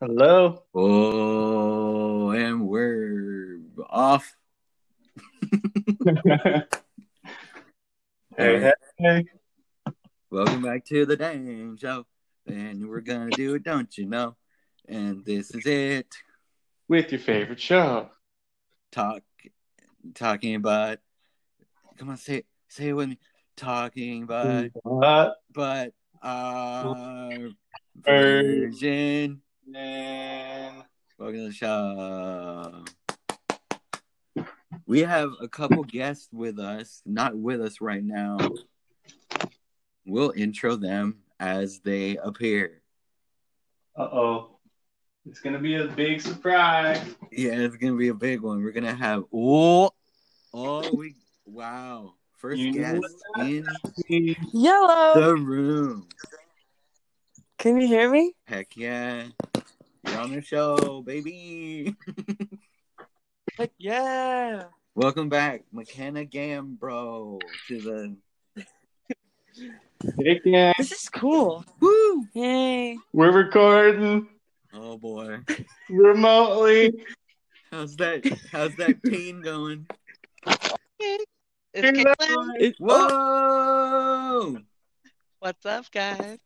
Hello. Oh, and we're off. hey, hey, hey. Welcome back to the damn show. And we're gonna do it, don't you know? And this is it. With your favorite show. Talk talking about come on, say it say it with me. Talking about Mm. What? but uh Virgin. virgin Man. Welcome to the show. We have a couple guests with us, not with us right now. We'll intro them as they appear. Uh oh. It's gonna be a big surprise. Yeah, it's gonna be a big one. We're gonna have oh, oh, we wow, first You know guest in Yellow. the room. Can you hear me? Heck yeah, you're on the show, baby. Like, yeah. Welcome back, McKenna Gambro, to the Big gang. This is cool. woo. Yay. We're recording Oh boy. remotely. How's that? How's that pain going? It's Caitlin. It- Whoa! What's up, guys?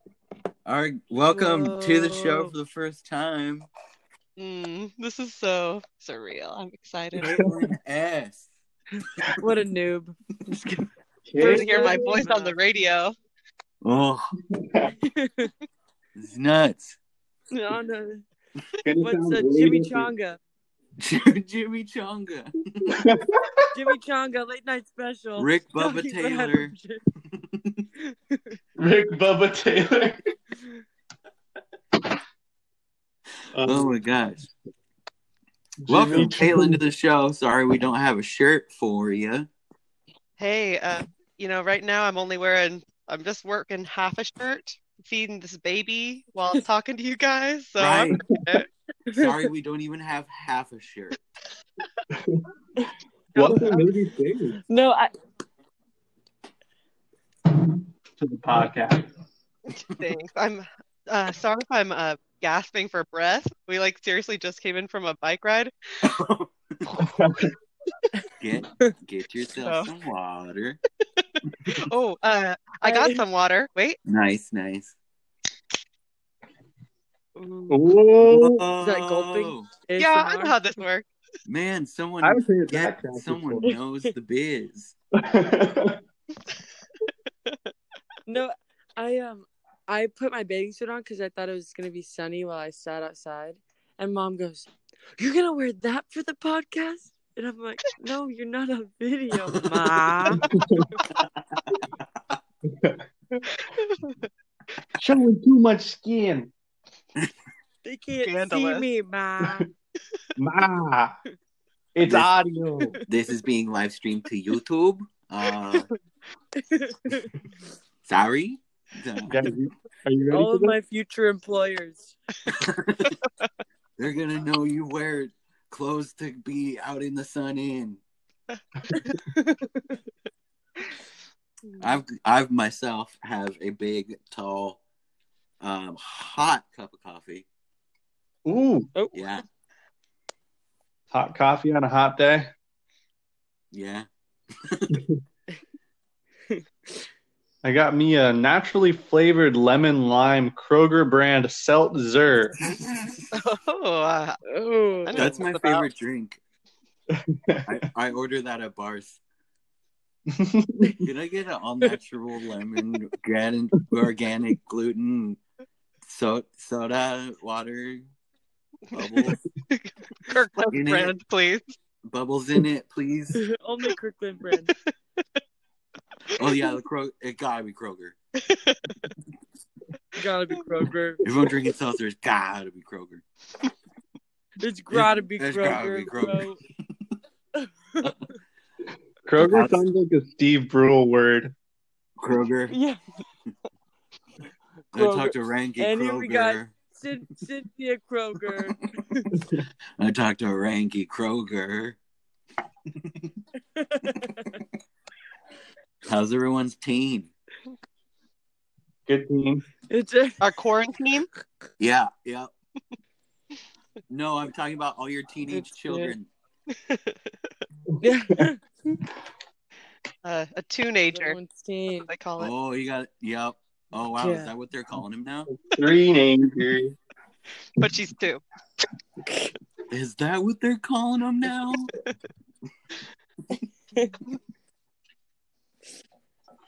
All right, welcome to the show Whoa. for the first time, Mm, this is so surreal. I'm excited. Caitlin S. what a noob. First, hear my voice on the radio. Oh, oh, it's nuts. no. What's a chimichanga? Jimmy Chonga. Chimichanga late night special. Rick Bubba Talking about Taylor. shit. Rick Bubba Taylor. Um, Oh my gosh. Welcome, Caitlin, to the show. Sorry we don't have a shirt for you. Hey, uh, you know, right now I'm only wearing, I'm just working half a shirt, feeding this baby while I'm talking to you guys. So I'm- Right. Sorry we don't even have half a shirt. Welcome, Navy Baby, No, I, to the podcast. thanks. I'm uh, sorry if I'm uh, gasping for breath. We like seriously just came in from a bike ride. Get get yourself some water. Oh, uh, I got some water. Wait. Nice, nice. Oh, Is that gulping? Yeah, I ASMR. know how this works. Man, someone I was thinking Yeah, backtrack before. someone knows the biz. No, I um, I put my bathing suit on because I thought it was gonna be sunny while I sat outside, and mom goes, "You're gonna wear that for the podcast?" And I'm like, "No, you're not on video, ma." Showing too much skin. They can't Scandalous. see me, ma. Ma. It's This- audio. This is being live streamed to YouTube. Uh, sorry. Guys, you- are you ready All for of my future employers. They're gonna know you wear clothes to be out in the sun in. I've I've myself have a big, tall, um, hot cup of coffee. this? Ooh, Oh, Yeah, hot coffee on a hot day. yeah. I got me a naturally flavored lemon lime Kroger brand Seltzer. Oh, uh, oh. I know That's what my it's about. favorite drink. I, I order that at bars. Can I get an all natural lemon, gran- organic gluten, so- soda, water, bubbles, Kirkland You need- brand, please. bubbles in it, please? Only Kirkland brand. Oh yeah, the Kro- it gotta be Kroger. Gotta be Kroger. Everyone drinking seltzer, it's gotta be Kroger. It's gotta be It's Kroger. gotta be Kroger. bro. Kroger sounds like a Steve Brule word. Kroger. Yeah. I talked to Ranky Any we got- Kroger. Cyn- Cynthia Kroger. I talked to Ranky Kroger. How's everyone's teen? Good team. It's a, Our quarantine. Yeah, yeah. No, I'm talking about all your teenage That's it. children. Yeah. Uh, a teenager, Seen. they call it. Oh, you got yep. Oh wow, Yeah. is that what they're calling him now? Three names. But she's two. Is that what they're calling him now?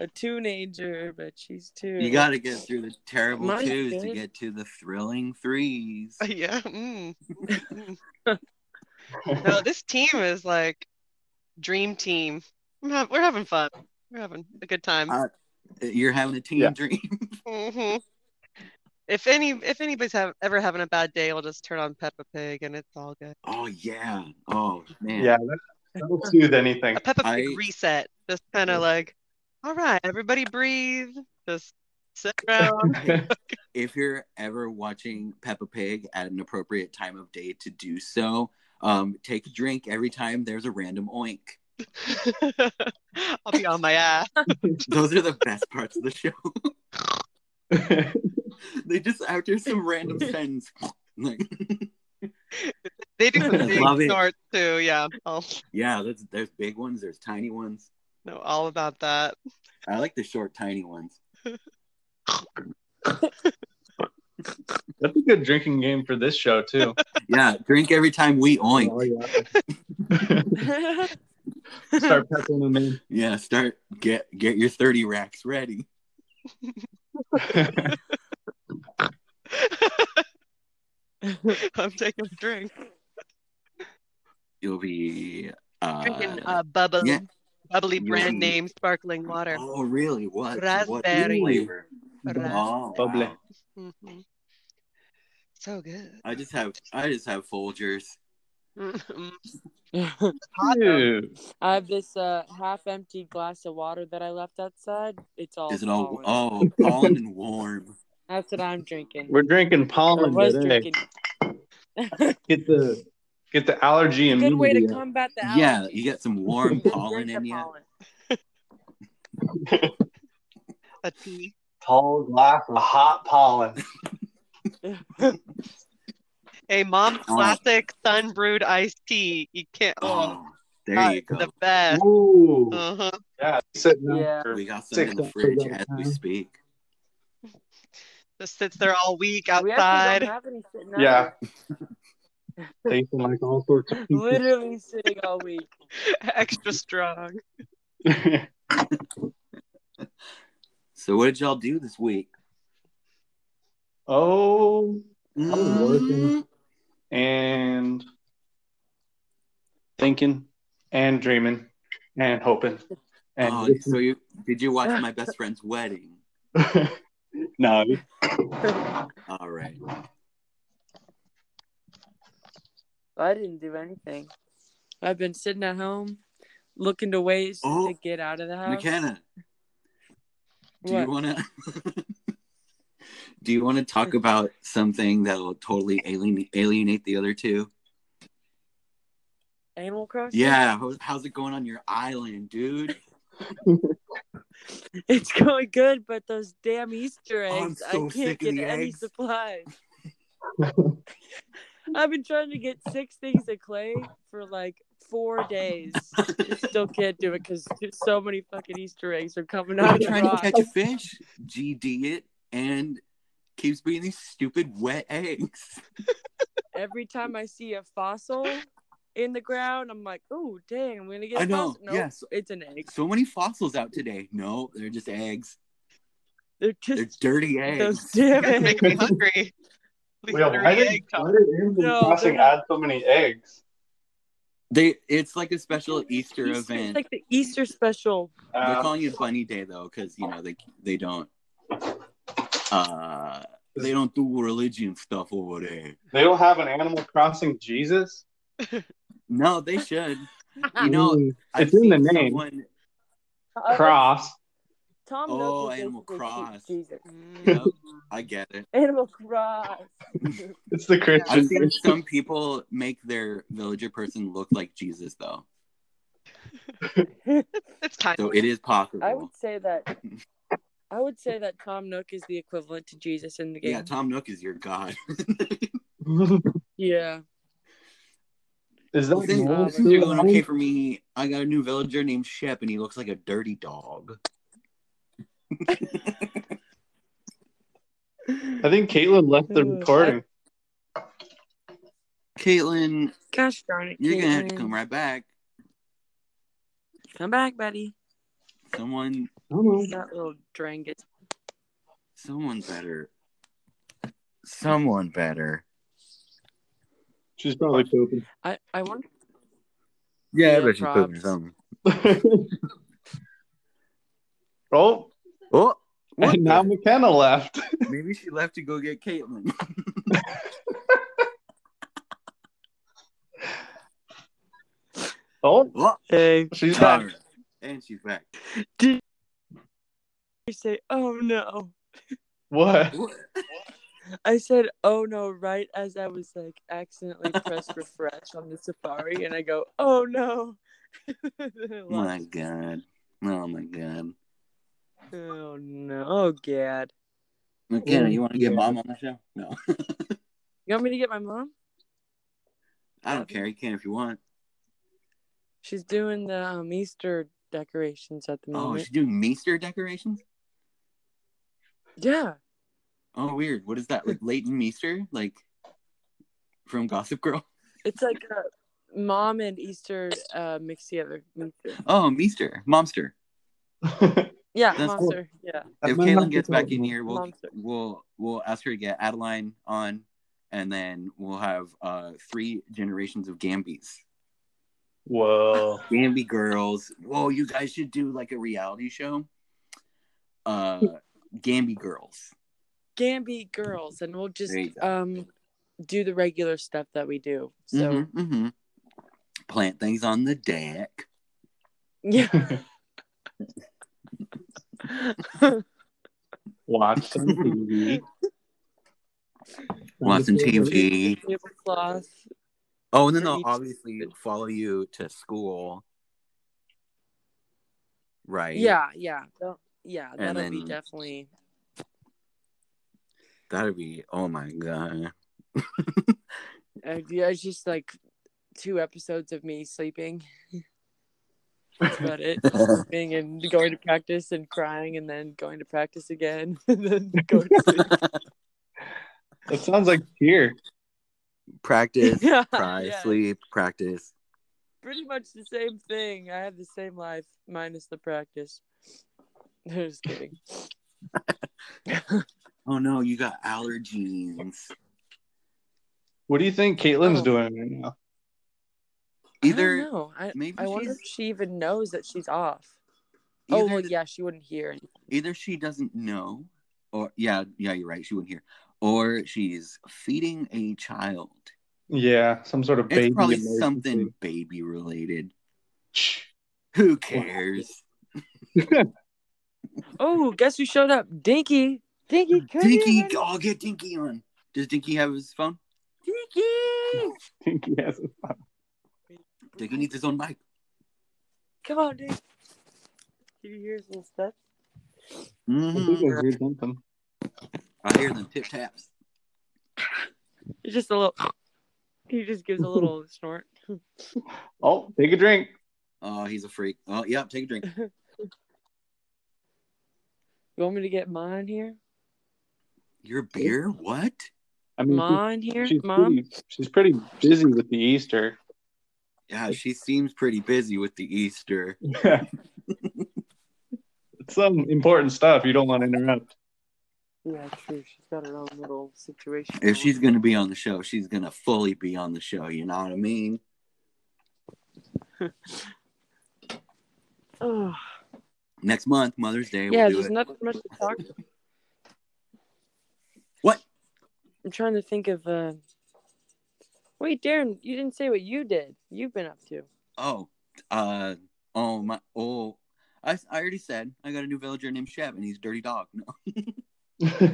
A teenager, but she's two. you got to get through the terrible My twos to goodness. get to the thrilling threes. Uh, yeah. Mm. Mm. no, this team is like dream team. I'm hav- we're having fun. We're having a good time. Uh, You're having a teen Yeah. dream. hmm If any, if anybody's have, ever having a bad day, I'll just turn on Peppa Pig and it's all good. Oh yeah. Oh man. Yeah, that, that'll soothe anything. A Peppa Pig I- reset, just kind of like, all right, everybody breathe, just sit around. If you're ever watching Peppa Pig at an appropriate time of day to do so, um, take a drink every time there's a random oink. I'll be on my ass. Those are the best parts of the show. they just after some random sentence. Like, They do I some big love it. snorts too. Yeah, I'll yeah, that's, there's big ones. There's tiny ones. know all about that. I like the short, tiny ones. That's a good drinking game for this show too. Yeah, drink every time we Oh, oink. yeah. Start peppering them in. Yeah, start get get your thirty racks ready. I'm taking a drink, You'll be drinking uh, uh, bubble, yeah. Mm-hmm. bubbly Yum. brand name sparkling water. Oh, really? What? What Raspberry. flavor? Ra- Oh, Bubbly. wow. Mhm. So good. I just have I just have Folgers. Mhm. Ew. I have this uh, half empty glass of water that I left outside. It's all. Is it all? fallen. Oh, pollen and warm. That's what I'm drinking. We're eh? drinking Or pollen was today. drinking. Get the get the allergy Good way to immunity. combat the Yeah, allergies. you get some warm Just pollen drink the in you. pollen. A tea. Tall glass of hot pollen. A mom classic sun brewed iced tea. You can't. Oh, Oh, there God, you go. the best. Ooh. Uh-huh. yeah. Sitting down Yeah. for- we got some in the Six fridge ounces at as a we time. speak. Just sits there all week We actually don't outside. have any sitting out Yeah. here. tasting like all sorts of people. Literally sitting all week. Extra strong. So, what did y'all do this week? oh, was working. Mm, and thinking, and dreaming, and hoping, and oh, so you did you watch my best friend's wedding? no, All right. I didn't do anything. I've been sitting at home looking to ways Oh. to get out of the house. McKenna, do What? you want to do you want to talk about something that will totally alien, alienate the other two? Animal Crossing? Yeah, how- how's it going on your island, dude? It's going good, but those damn Easter I'm eggs, so I can't sick of get the any eggs. supplies. I've been trying to get six things of clay for like four days. Still can't do it because so many fucking Easter eggs are coming out I'm of the trying to rock. catch fish, GD it, and keeps being these stupid wet eggs. Every time I see a fossil in the ground, I'm like, oh, dang, I'm going to get I a know. fossil. No, Yes. it's an egg. So many fossils out today. No, they're just eggs. They're They're just dirty those eggs. damn That's eggs. making me hungry. Wait, These three why did, egg why tops. did Animal No, Crossing they're not- add so many eggs? They it's like a special Easter Easter- event. It's like the Easter special. They're Uh, calling it Bunny Day though, because you know they they don't uh they don't do religion stuff over there. they don't have an Animal Crossing Jesus. No, they should. You know, Mm, I've It's in the seen name. someone- Uh, cross. Tom Oh, Nook is Animal basically Cross. Jesus. Yep, Mm. I get it. Animal Cross. It's the I've Christian. seen some people make their villager person look like Jesus though, It's time. so it is possible. I would say that. I would say that Tom Nook is the equivalent to Jesus in the game. yeah, Tom Nook is your god. church. Yeah. Is that I think normal things for you, are going okay Lonnie? for me. I got a new villager named Shep, and he looks like a dirty dog. I think Caitlin left the Ugh. recording. Caitlin, Gosh darn it. you're gonna have to Caitlin. come right back. Come back, buddy. Someone, I don't know. That little drangus. someone better. Someone better. She's probably pooping. I, I wonder. Yeah, Yeah, I bet she's pooping props. something. oh, Oh, what and now the- McKenna left. maybe she left to go get Caitlin. Oh, oh, Hey. she's back. darn. And she's back. You say, oh no. What? What? I said, oh no, right as I was like accidentally pressed refresh on the safari, and I go, oh no. my god. Oh my god. Oh no. Oh, God. McKenna, Oh, you want to get God. mom on the show? No. You want me to get my mom? I don't care. You can if you want. She's doing the um, Easter decorations at the Oh, moment. she's doing Meester decorations? Yeah. Oh, weird. What is that? Like Leighton Meester? Like from Gossip Girl? It's like a mom and Easter uh, mixed together. Meester. Oh, Meester. Momster. Yeah, That's cool. monster. Yeah. If Am I not Caitlin gets back in recording? here, we'll Momster. we'll we'll ask her to get Adeline on and then we'll have uh three generations of Gambies. Whoa. Gamby girls. Whoa, you guys should do like a reality show. Uh Gamby girls. Gambi girls, and we'll just There you go. um do the regular stuff that we do. So Mhm, mhm. plant things on the deck. yeah, Watch some TV. Watson TV. tablecloth. Oh, and then For they'll each- obviously follow you to school. Right. Yeah, yeah, Well, yeah. And That'll be then- definitely. That'd be oh my god. Uh, yeah, it's just like two episodes of me sleeping. That's about it. Sleeping and going to practice and crying and then going to practice again and then going to sleep. That sounds like cheer. practice, Yeah, cry, yeah. sleep, practice. pretty much the same thing. I have the same life minus the practice. Just kidding. Oh no, you got allergies. What do you think Caitlin's Oh. doing right now? I Either don't know. I, maybe I wonder if she's- she even knows that she's off. oh either well, th- yeah, she wouldn't hear. any- either she doesn't know or yeah, yeah, you're right, she wouldn't hear. Or she's feeding a child. Yeah, some sort of It's baby. probably emergency. something baby related. Who cares? Oh, guess who showed up? Dinky. Dinky. come here, Dinky, buddy. I'll get Dinky on. Does Dinky have his phone? Dinky. Dinky has a Dinky needs his own mic. Come on, Dinky. Can you hear his little stuff? I think I Mhm. heard something. I hear them tip taps. It's just a little. He just gives a little snort. Oh, take a drink. Oh, he's a freak. Oh, yeah, take a drink. You want me to get mine here? Your beer? What? I mean, Mine here, she's, she's mom. pretty, she's pretty busy with the Easter. Yeah, she seems pretty busy with the Easter. it's some important stuff you don't want to interrupt. Yeah, true. She's got her own little situation. If she's going to be on the show, she's going to fully be on the show. You know what I mean? Ugh. Next month, Mother's Day, yeah, we'll there's do it. nothing much to talk. About. What? I'm trying to think of. Uh... Wait, Darren, you didn't say what you did. You've been up to. Oh, uh, oh, my, oh. I, I already said I got a new villager named Shep, and he's a dirty dog. No, that Oh,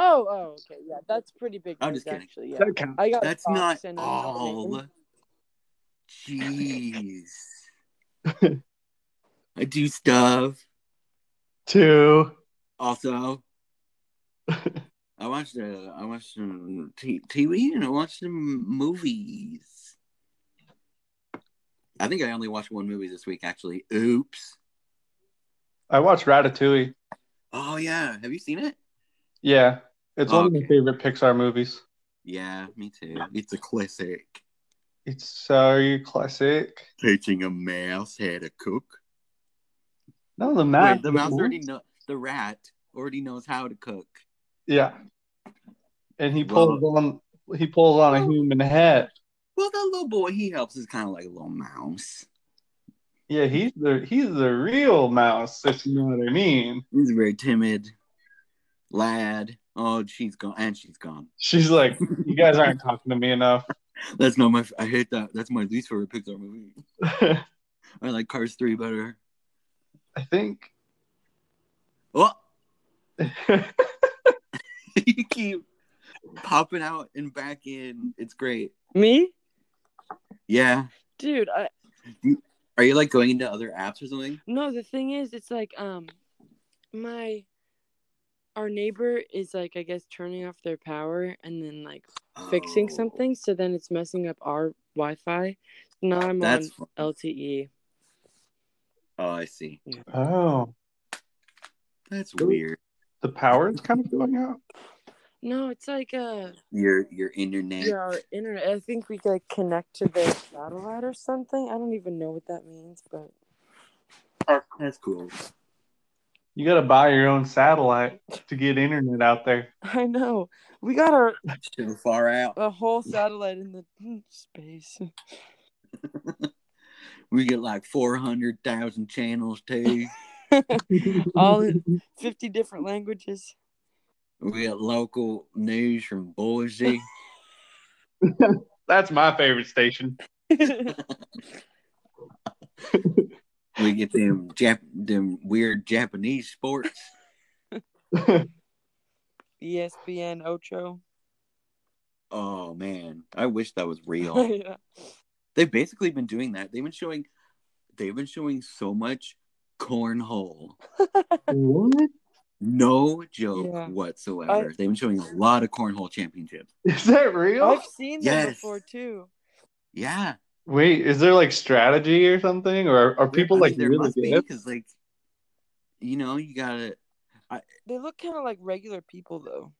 oh, okay, yeah, that's pretty big. I'm news, just kidding. Actually, yeah, counts. I got. that's not Fox and I'm not all. winning. Jeez. I do stuff. Two. Also, I watched uh, I watched some t- TV and I watched some movies. I think I only watched one movie this week, actually. Oops. I watched Ratatouille. Oh yeah, have you seen it? Yeah, it's one of my Okay. favorite Pixar movies. Yeah, me too. It's a classic. It's so classic. Teaching a mouse how to cook. No, the mouse. Wait, the mouse already know the rat already knows how to cook. Yeah, and he pulls on he pulls on a human head. Well, that little boy he helps is kind of like a little mouse. Yeah, he's the he's the real mouse, if you know what I mean. He's a very timid lad. Oh, she's gone, and she's gone. She's like, you guys aren't talking to me enough. That's not my. f- I hate that. That's my least favorite Pixar movie. I I like Cars Three better. think Oh, you keep popping out and back in. It's great. Me? Yeah. Dude, I Are you like going into other apps or something? no, the thing is it's like um my our neighbor is like I guess turning off their power and then like fixing Oh, something so then it's messing up our Wi-Fi. So now I'm That's. fu- on E. LTE. Oh, I see. oh, That's weird. the power is kind of going out. No, it's like uh Your your internet. yeah, our internet. I think we like connect to their satellite or something. I don't even know what that means, but Oh, That's cool. You got to buy your own satellite to get internet out there. I know we got our So far out. a whole satellite in the space. We get like four hundred thousand channels too. All in fifty different languages. We get local news from Boise. That's my favorite station. E We get them Jap- them weird Japanese sports. ESPN Ocho. Oh man, I wish that was real. Yeah. They've basically been doing that. They've been showing they've been showing so much cornhole. what No joke Yeah. whatsoever. I- they've been showing a lot of cornhole championships. is that real? I've seen them Yes. before too. Yeah. Wait, is there like strategy or something, or are, are people I mean, like there really must be good? because like you know, you gotta They look kind of like regular people though.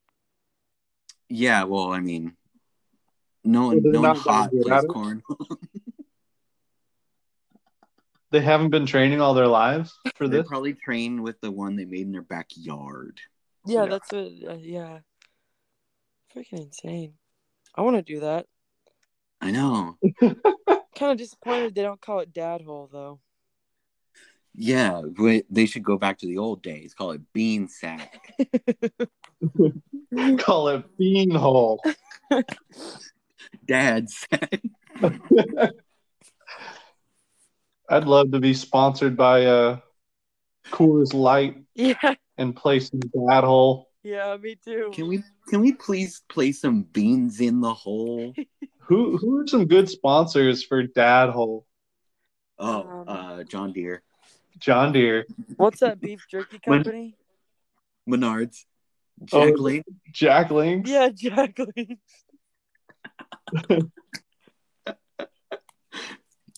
yeah, well I mean no one They're no one not that hot good plays at it. cornhole. They haven't been training all their lives for They this. probably train with the one they made in their backyard. Yeah, Yeah. that's what. Uh, yeah. Freaking insane. I want to do that. I know. Kind of disappointed they don't call it dad hole though. Yeah, but they should go back to the old days, call it bean sack. Call it bean hole. Dad sack. I'd love to be sponsored by uh, Coors Light Yeah. and play some bad hole. Yeah, me too. Can we can we please play some beans in the hole? Who who are some good sponsors for dad hole? Oh, Um, uh, John Deere, John Deere, What's that beef jerky When- company? Menards, Oh. Jack Lane. Jack Links. Yeah, Jacqueline.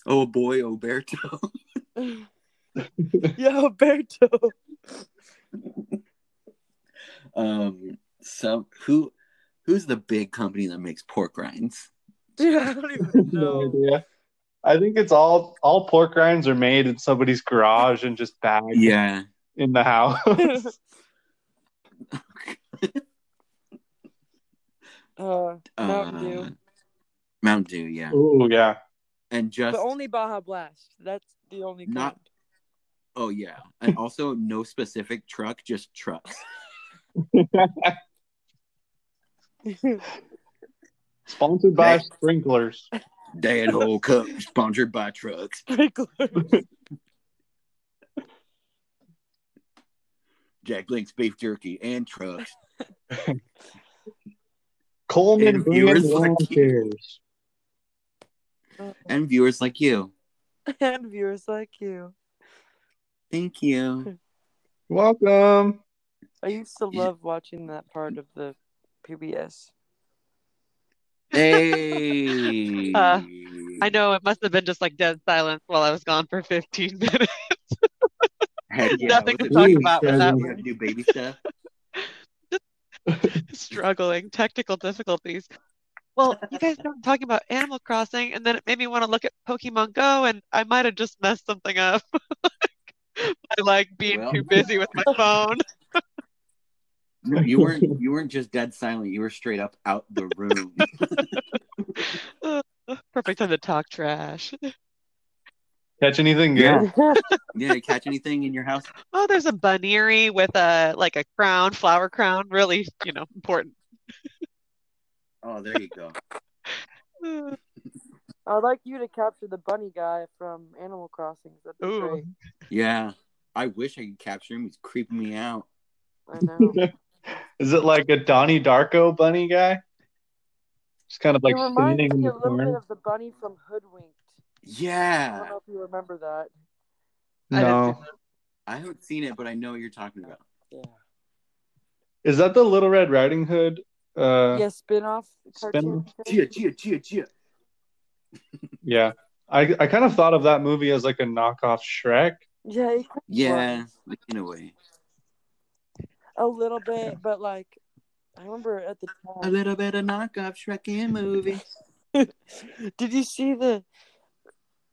Oh boy, Oberto. yeah, Alberto. um, some who who's the big company that makes pork rinds? Dude, I don't even no know. idea. I think it's all all pork rinds are made in somebody's garage and just bagged Yeah, in the house. uh, Mountain Dew. uh, Mountain Dew. Yeah, oh yeah, and just but only Baja Blast. That's the only kind. Not- oh yeah, and also no specific truck, just trucks. sponsored by Next. sprinklers. Dad Hole Cup sponsored by trucks. Sprinklers. Jack Link's beef jerky and trucks. Coleman And brand viewers lawn like you. chairs. and viewers like you. and viewers like you. Thank you. Welcome. I used to Yeah. love watching that part of the PBS. Hey. Uh, I know it must have been just like dead silence while I was gone for 15 minutes. Heck yeah, Nothing with the- to talk Ooh, about with that Jasmine. We have new baby stuff. struggling technical difficulties. Well, you guys started talking about Animal Crossing, and then it made me want to look at Pokemon Go, and I might have just messed something up by like being Well. too busy with my phone. No, you weren't. You weren't just dead silent. You were straight up out the room. Perfect time to talk trash. Catch anything good? Yeah. yeah, you catch anything in your house? Oh, there's a bunnery with a like a crown, flower crown, really, you know, important. Oh, there you go. Uh, I'd like you to capture the bunny guy from Animal Crossing. That'd be Ooh. great. Yeah, I wish I could capture him. He's creeping me out. I know. Is it like a Donnie Darko bunny guy? Just kind of like it reminds standing in me the a little bit corner. of the bunny from Hoodwinked. I don't Yeah, know if you remember that. I didn't No, see I haven't seen it, but I know what you're talking about. Yeah. is that the Little Red Riding Hood? Uh, yeah, spin-off cartoon. Gia, Gia, Gia, Gia. Yeah, I I kind of thought of that movie as like a knockoff Shrek. Yeah, it kinda Yeah, was. like in a way, a little bit, but like I remember at the a time. little bit of knockoff Shrek in movie. Did you see the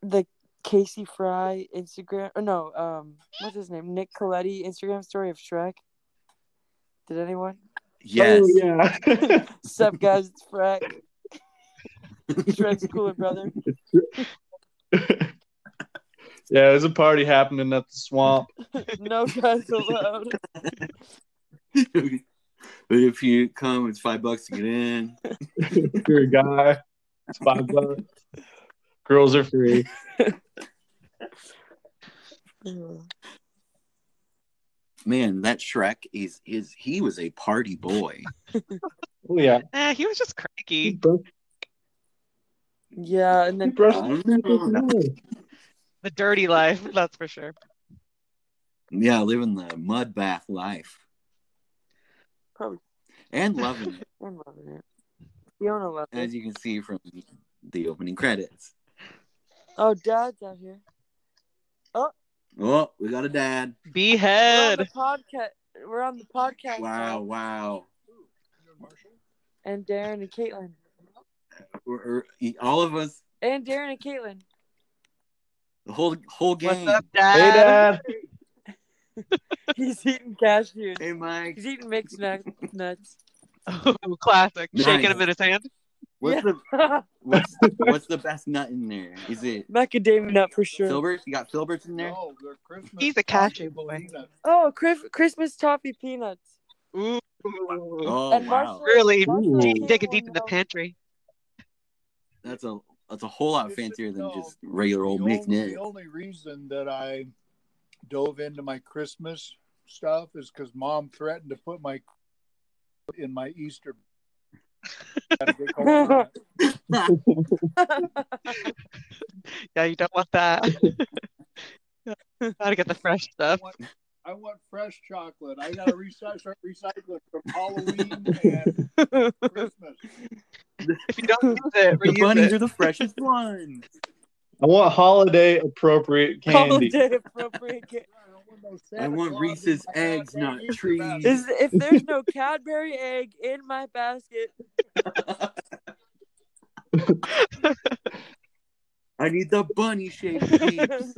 the Casey Fry Instagram? Or no, um, what's his name? Nick Coletti Instagram story of Shrek. Did anyone? Yes. Oh, yeah. Sup guys, it's Shrek. Shrek's cooler brother. yeah, there's a party happening at the swamp. No guys allowed. but if you come, it's five bucks to get in. You're a guy. It's five bucks. Girls are free. Man, that Shrek is is he was a party boy. Oh yeah. that. Eh, he was just He cranky. brushed- Yeah, and he then brushed Oh, I his don't know. teeth. The dirty life, that's for sure. Yeah, living the mud bath life probably and loving it, I'm loving it. Fiona loves it. as you can see from the opening credits. Oh, Dad's out here. Oh, we got a dad. We're on Behead. the podcast. We're on the podcast. Wow, wow. And Darren and Caitlin. We're, we're- all of us, And Darren and Caitlin. the whole whole What's game. up, Hey, Dad? Dad. He's eating cashews. Hey, Mike. He's eating mixed nut- nuts. Ooh, classic. Shaking him Nice. in his hand. What's Yeah. the what's what's the best nut in there? Is it Macadamia nut for sure. filberts? You got filberts in there? He's a cashew boy. Oh, Christ- Christmas toffee peanuts. Ooh. Oh and wow, Marshall, Really Marshall Ooh. and digging Caitlin deep in the know- pantry. that's a that's a whole lot fancier than No. just regular old the mixed only, nut. the only reason that I dove into my Christmas stuff is because mom threatened to put my in my Easter. Gotta get going on it. Yeah, you don't want that. Gotta get the fresh stuff. I want fresh chocolate. I gotta recycle, start recycling from Halloween and Christmas. If you don't use it, The reuse bunnies it. are the freshest ones. I want holiday appropriate candy. Holiday appropriate. ca- I don't want no Santa I want Claus Reese's in my eggs, goddamn not Easter trees. basket. Is if there's no Cadbury egg in my basket, I need the bunny shaped peeps.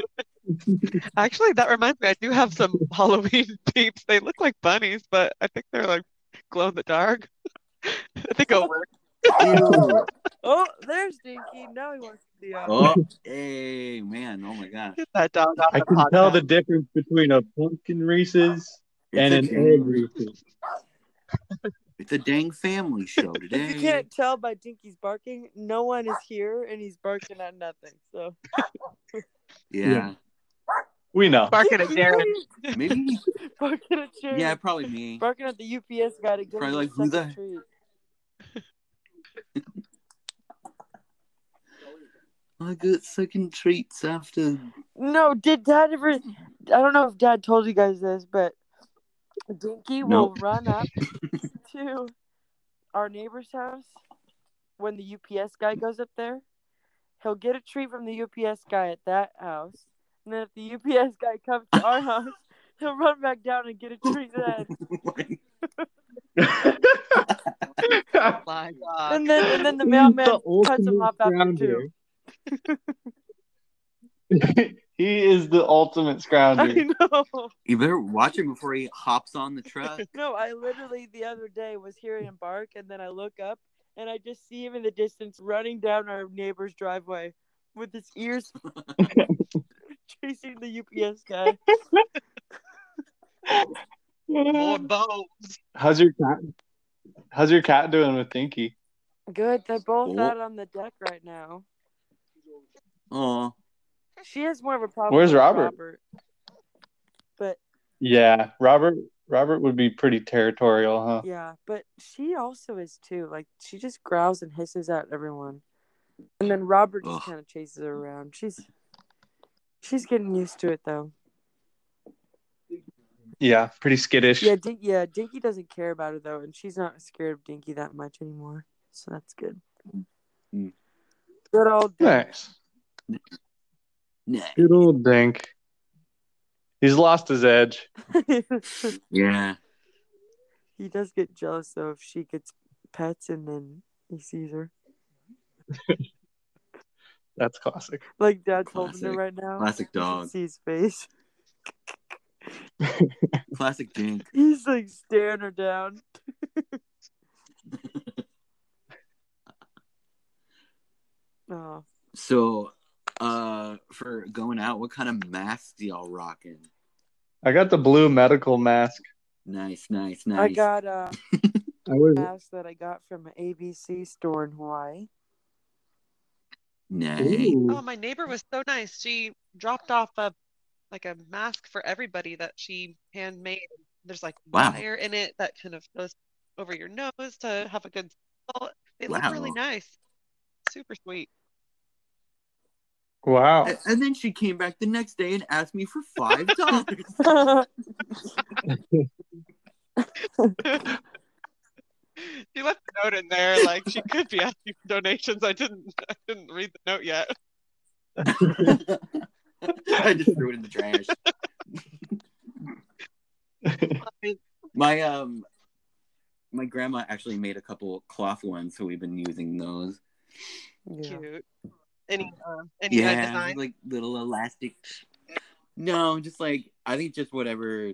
Actually, that reminds me, I do have some Halloween peeps. They look like bunnies, but I think they're like glow in the dark. I think it'll work. Ew. oh, there's Dinky. Now he wants to be out. Oh, hey man! Oh my gosh! Get that dog off I the can podcast. tell the difference between a pumpkin Reese's It's and a an egg dang, Reese's. it's a dang family show If today. you can't tell by Dinky's barking, no one is here and he's barking at nothing. So Yeah, We know. barking at Darren. maybe. barking at you. Yeah, probably me. barking at the UPS guy to get Probably him like, like, who second the- treat. I got second treats after. No, did Dad ever? I don't know if Dad told you guys this, but Dinky will Nope. run up to our neighbor's house, when the UPS guy goes up there, he'll get a treat from the UPS guy at that house. And then if the UPS guy comes to our house, he'll run back down and get a treat then. Oh my god. And then and then the mailman cuts ultimate him off after scrounger. two. he is the ultimate I scrounger. know. You better watch him before he hops on the truck. No, I literally the other day was hearing him bark, and then I look up and I just see him in the distance running down our neighbor's driveway with his ears chasing the UPS guy. More bones. How's your cat? How's your cat doing with Dinky? Good, they're both Cool. out on the deck right now. Oh, She has more of a problem. Where's with Robert? But Yeah, Robert. Robert would be pretty territorial, huh? yeah, but she also is too. Like she just growls and hisses at everyone, and then Robert Ugh. just kind of chases her around. She's she's getting used to it though. Yeah, pretty skittish. Yeah, Din- yeah, Dinky doesn't care about her though, and she's not scared of Dinky that much anymore. So that's good. Mm. Good old Dink. Nice. nah. Good old Dink. He's lost his edge. yeah. he does get jealous though if she gets pets and then he sees her. That's classic. Like Dad's holding her Classic. right now. Classic You can dog. See his face. Classic Dink. He's like staring her down. Oh, So, uh, for going out, what kind of masks do y'all rocking? I got the blue medical mask. Nice, nice, nice. I got a I was mask that I got from an ABC store in Hawaii. nice. Oh, my neighbor was so nice. She dropped off a like a mask for everybody that she handmade. There's like Wow. wire in it that kind of goes over your nose to have a good smell. They look really Wow. nice. Super sweet. wow. A- And then she came back the next day and asked me for five dollars. She left a note in there, like she could be asking for donations. I didn't I didn't read the note yet. I just threw it in the trash. My um, my grandma actually made a couple cloth ones, so we've been using those. yeah. Cute. Any uh, any uh, Yeah, design? like little elastic. No, just like I think just whatever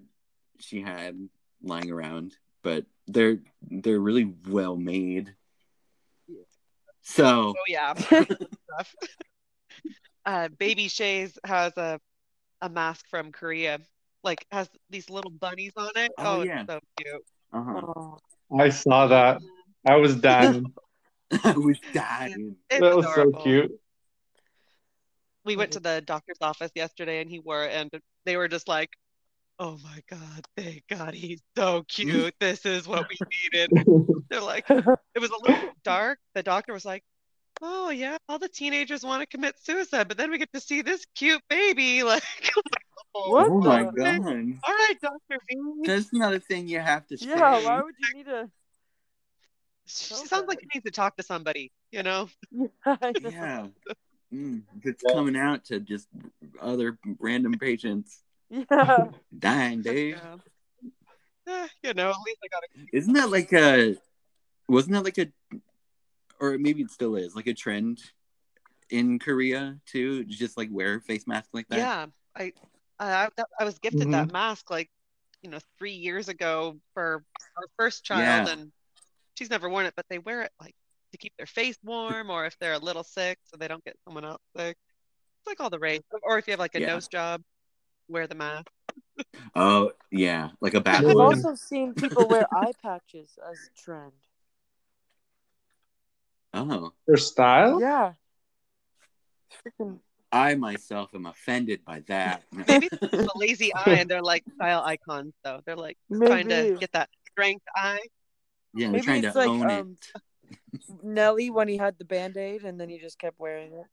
she had lying around, but they're they're really well made. So Oh yeah. stuff. Uh, Baby Shays has a a mask from Korea, like has these little bunnies on it. Oh, Oh, yeah. it's so cute. uh-huh. Oh, I saw that. I was dying. I was dying. It's that was adorable. so cute. We went to the doctor's office yesterday, and he wore it, and they were just like, "Oh my God, thank God, he's so cute. This is what we needed." They're like, it was a little bit dark. The doctor was like, "Oh yeah, all the teenagers want to commit suicide, but then we get to see this cute baby." Like, oh, What oh my the- god. All right, Doctor B. That's not a thing you have to say. yeah, why would you need a. She Tell sounds her. like she needs to talk to somebody, you know? I know. yeah. Mm, it's coming out to just other random patients. Yeah. Dying, Dave. Yeah. Eh, you know, at least I got a Isn't that like a wasn't that like a or maybe it still is, like a trend in Korea too? Just like wear face masks like that. Yeah, I I, I- I was gifted that Mm-hmm. mask like, you know, three years ago for our first child, Yeah. and she's never worn it, but they wear it like to keep their face warm or if they're a little sick so they don't get someone else sick. It's like all the rage. Or if you have like a Yeah. nose job, wear the mask. Oh yeah. Like a bad I've Absolutely. boy. also seen people wear eye patches as a trend. Oh. Her style? Yeah. I myself am offended by that. Maybe it's just a lazy eye and they're like style icons though. They're like trying to Maybe. get that strength eye. yeah, they're Maybe trying to it's like, own um, it. Nelly when he had the band aid and then he just kept wearing it.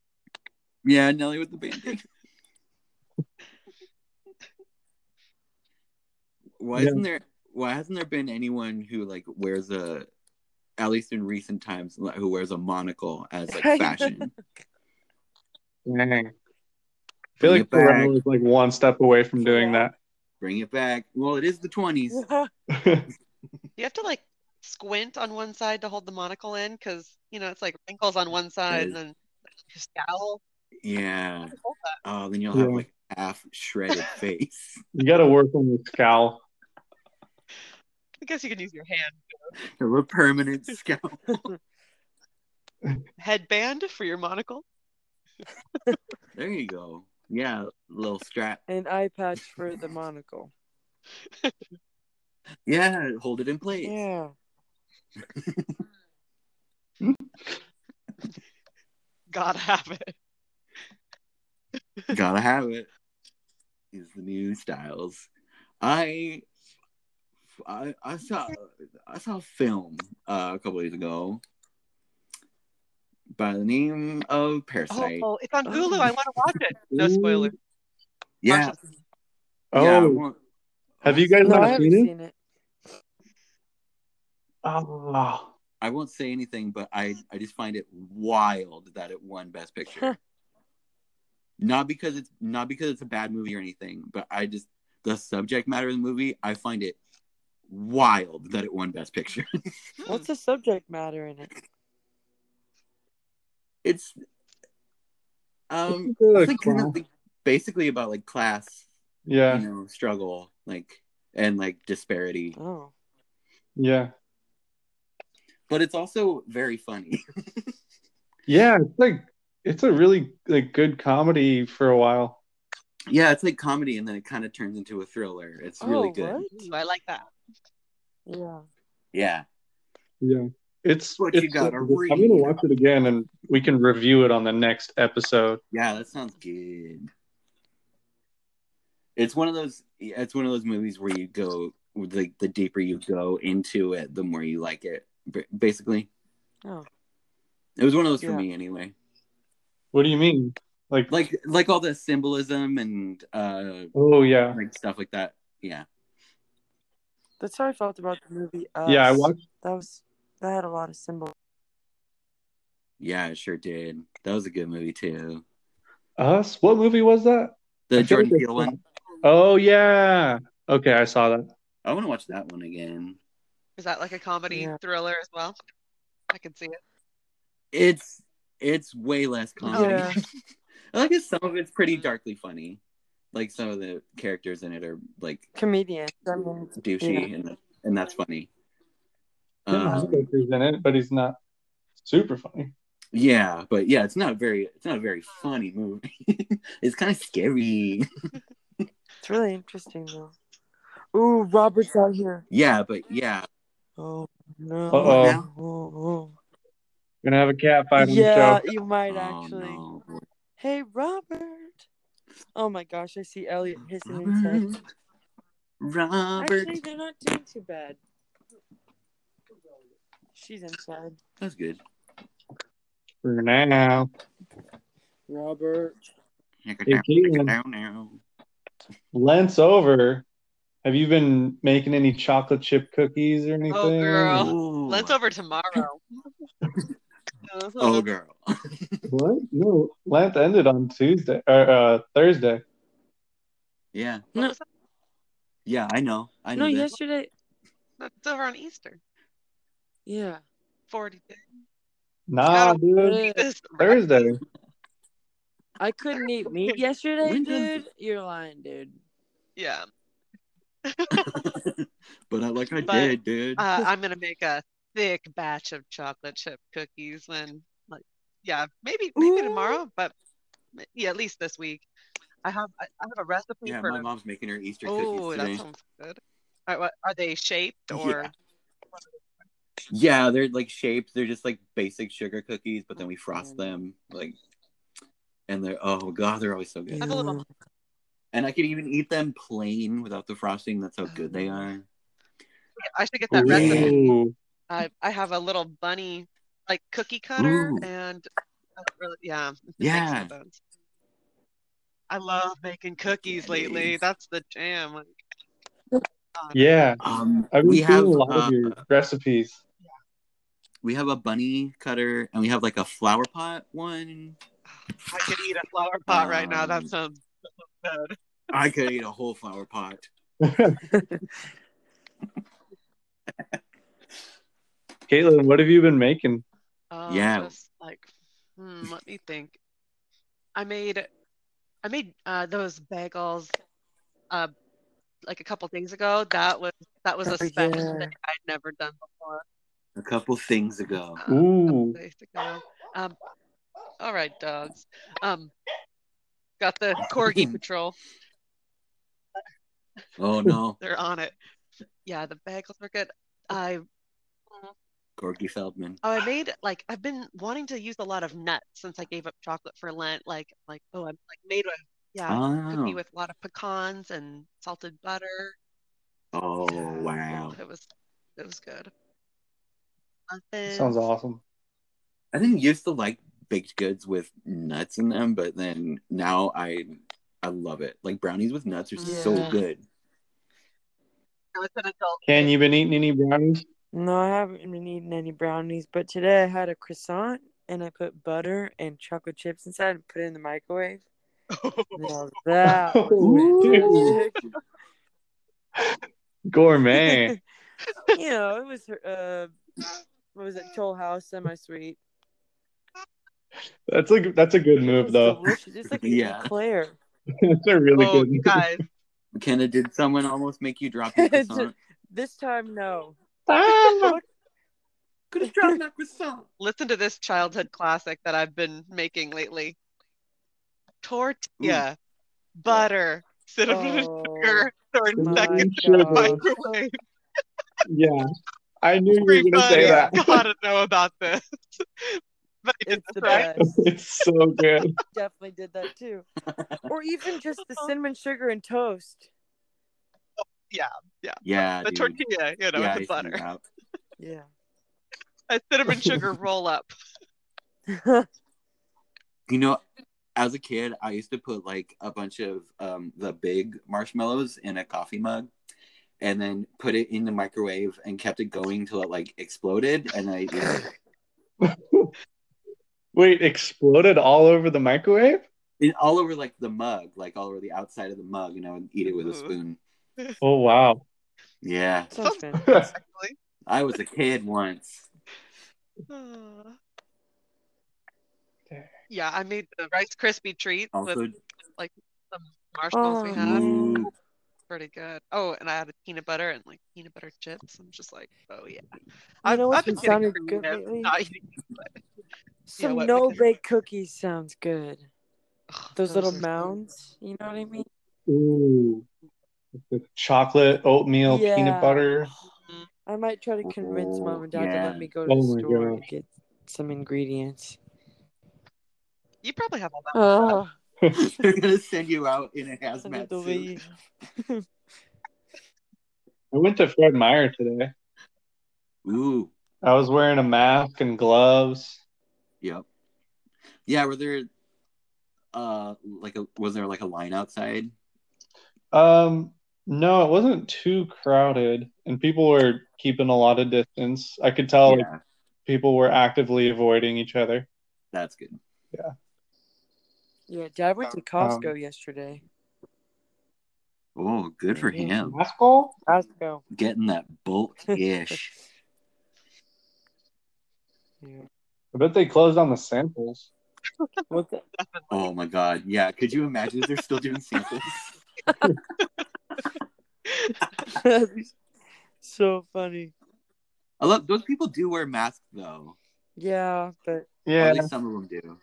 Yeah, Nelly with the bandage. why Yeah. isn't there? Why hasn't there been anyone who like wears a at least in recent times, like, who wears a monocle as like fashion. Dang. I feel Bring like it back. Corona was like one step away from doing Yeah. Bring it back. Well, it is the twenties. that. You have to like squint on one side to hold the monocle in because you know it's like wrinkles on one side and then your scowl. Yeah. Hold that. Oh, then you'll have Yeah. like half shredded face. you got to work on the scowl. I guess you can use your hand. Have a permanent scalp. Headband for your monocle. There you go. Yeah, little strap. An eye patch for the monocle. Yeah, hold it in place. Yeah. Gotta have it. Gotta have it. Is the new styles. I I, I saw I saw a film uh, a couple days ago by the name of Parasite. Oh, it's on Hulu. I want to watch it. No Ooh. spoilers. yeah. Marshall. Oh, yeah, I want- have you guys No, I not haven't seen it? seen it. Oh, I won't say anything, but I, I just find it wild that it won Best Picture. not because it's not because it's a bad movie or anything, but I just the subject matter of the movie, I find it wild that it won Best Picture. Hmm. What's the subject matter in it? it's um It's a it's like kind of class- like basically about like class yeah, you know struggle like and like disparity Oh. yeah, but it's also very funny yeah. It's like it's a really like good comedy for a while. yeah it's like comedy and then it kind of turns into a thriller it's really oh, good Ooh, I like that. What? Yeah. yeah Yeah, it's What it's you gotta I'm read. gonna watch it again, and we can review it on the next episode. yeah that sounds good it's one of those yeah, it's one of those movies where you go like the deeper you go into it the more you like it b- basically Oh. it was one of those for Yeah. me anyway What do you mean? Like, like like all the symbolism and uh oh yeah, like stuff like that yeah That's how I felt about the movie. Us. yeah. I watched. That was that had a lot of symbols. yeah it sure did that was a good movie too Us? What movie was that? I the feel jordan like peele it's one Oh yeah. Okay, I saw that. i want to watch that one again Is that like a comedy Yeah. thriller as well? I can see it. it's it's way less comedy Yeah. i like it some of it's pretty darkly funny like some of the characters in it are like Comedian. I mean, douchey and and that's funny Tim um, Heideckre's in it, but he's not super funny. yeah but yeah it's not very it's not a very funny movie it's kind of scary it's really interesting though. Ooh, Robert's out here. yeah but yeah Oh no. Uh-oh. oh. We're gonna have a cat fight on Yeah, the show. you might oh, actually. no. Hey, Robert. Oh my gosh, I see Elliot hissing his head. Robert. Actually, they're not doing too bad. She's inside. That's good. For now. Robert. Hey, Caitlin, Now, now. Lance over. Have you been making any chocolate chip cookies or anything? girl. Ooh. Let's over tomorrow. Oh, girl. What? No, Lance ended on Tuesday or uh, Thursday. Yeah. What No. was that? Yeah, I know. I know. No, that. yesterday. That's over on Easter. Yeah. 40 Nah, Gotta- dude. days. Thursday. I couldn't eat meat yesterday, When does- dude. You're lying, dude. Yeah. But I like I But, did, dude. Uh, I'm going to make a thick batch of chocolate chip cookies when, like, yeah, maybe maybe Ooh. tomorrow, but m- yeah, at least this week. I have I I have a recipe yeah, for my mom's making her Easter Oh, cookies that today. sounds good. Are, what, are they shaped Yeah. or Yeah, they're like shaped. They're just like basic sugar cookies, but then we frost Mm. them like and they're oh god, they're always so good. Yeah. Have a little- And I could even eat them plain without the frosting. That's how good they Oh. are. I should get that recipe. Ooh. I I have a little bunny like cookie cutter Ooh. and I don't really, yeah, it makes Yeah. no sense. I love making cookies lately. Candy. That's the jam. Like, Yeah. Um I've been we seeing have a lot uh, of your recipes. we have a bunny cutter and we have like a flower pot one. I could eat a flower pot right now. That Um, sounds so good. I could eat a whole flower pot. Caitlin, what have you been making? Um, Yeah. Just like, hmm, let me think. I made, I made uh, those bagels, uh, like a couple days ago. That was that was a Oh, special yeah. thing I'd never done before. A couple things ago. uh, Ooh. couple days ago. Um, all right, dogs. Um, got the corgi patrol. Oh no, They're on it. Yeah, the bagels were good. I Corky Feldman. Oh, I made like I've been wanting to use a lot of nuts since I gave up chocolate for Lent. Like, like oh, I'm like made with yeah, cookie Oh, with a lot of pecans and salted butter. Yeah, oh so wow. it was it was good. That Muffins. sounds awesome. I didn't used to like baked goods with nuts in them, but then now I I love it. Like brownies with nuts are so Yeah. good. Now it's an adult. Can you been eating any brownies? No, I haven't been eating any brownies, but today I had a croissant and I put butter and chocolate chips inside and put it in the microwave. Now that was Ooh. fantastic. Gourmet. you know, it was uh, what was it? Toll House semi-sweet. That's a that's a good It move was though. delicious. It's like eating Yeah. a Claire. That's a really Oh, good move. guys, McKenna, did someone almost make you drop your It's- croissant? This time, no. Ah! What? Could have dropped that croissant. listen to this childhood classic that I've been making lately. Mm. Tortilla, butter, cinnamon and Oh, sugar, 30 my seconds gosh. microwave. Yeah. I knew you were gonna Everybody say Yeah. that. gotta know about this. But I did it's the this, right? best. It's so good. Definitely did that too. Or even just the cinnamon sugar and toast. Yeah, The dude. tortilla, you yeah, know, with I the see butter. that. Yeah. A cinnamon sugar roll up. You know, as a kid, I used to put like a bunch of um, the big marshmallows in a coffee mug and then put it in the microwave and kept it going till it like exploded. And I, yeah. Wait, exploded all over the microwave? it, all over like the mug, like all over the outside of the mug, and I would eat it with a Ooh. spoon. Oh wow. Yeah. Sounds fantastic. Actually. I was a kid once. Uh, Dang. Yeah, I made the Rice Krispie treats with Also, some marshmallows we Oh. had. ooh, Pretty good. Oh, and I had peanut butter and like peanut butter chips. I'm just like, oh yeah. You know what's I've been been getting sounded good creative. lately? Not eating. Some what, no because- bake cookies sounds good. Ugh, Those, little are so- mounds, you know what I mean? Ooh. With chocolate, oatmeal, Yeah. peanut butter. Mhm. I might try to convince Ooh, mom and dad to yeah. let me go to Oh the my store to gosh. get some ingredients. You probably have all that. Oh, they're gonna send you out in a I need hazmat to suit. leave. I went to Fred Meyer today. Ooh, I was wearing a mask and gloves. yep, yeah. Were there, uh, like a was there like a line outside? Um, no, it wasn't too crowded, and people were keeping a lot of distance. I could tell like, yeah, people were actively avoiding each other. that's good. Yeah, dad went to Costco yesterday. Oh, good for him. Basketball? Costco. Getting that bulk ish. Yeah. I bet they closed on the samples. What the- oh my god, yeah. Could you imagine if they're still doing samples? That'd be so funny. I love those people do wear masks though. Yeah, but Or Yeah. at least some of them do.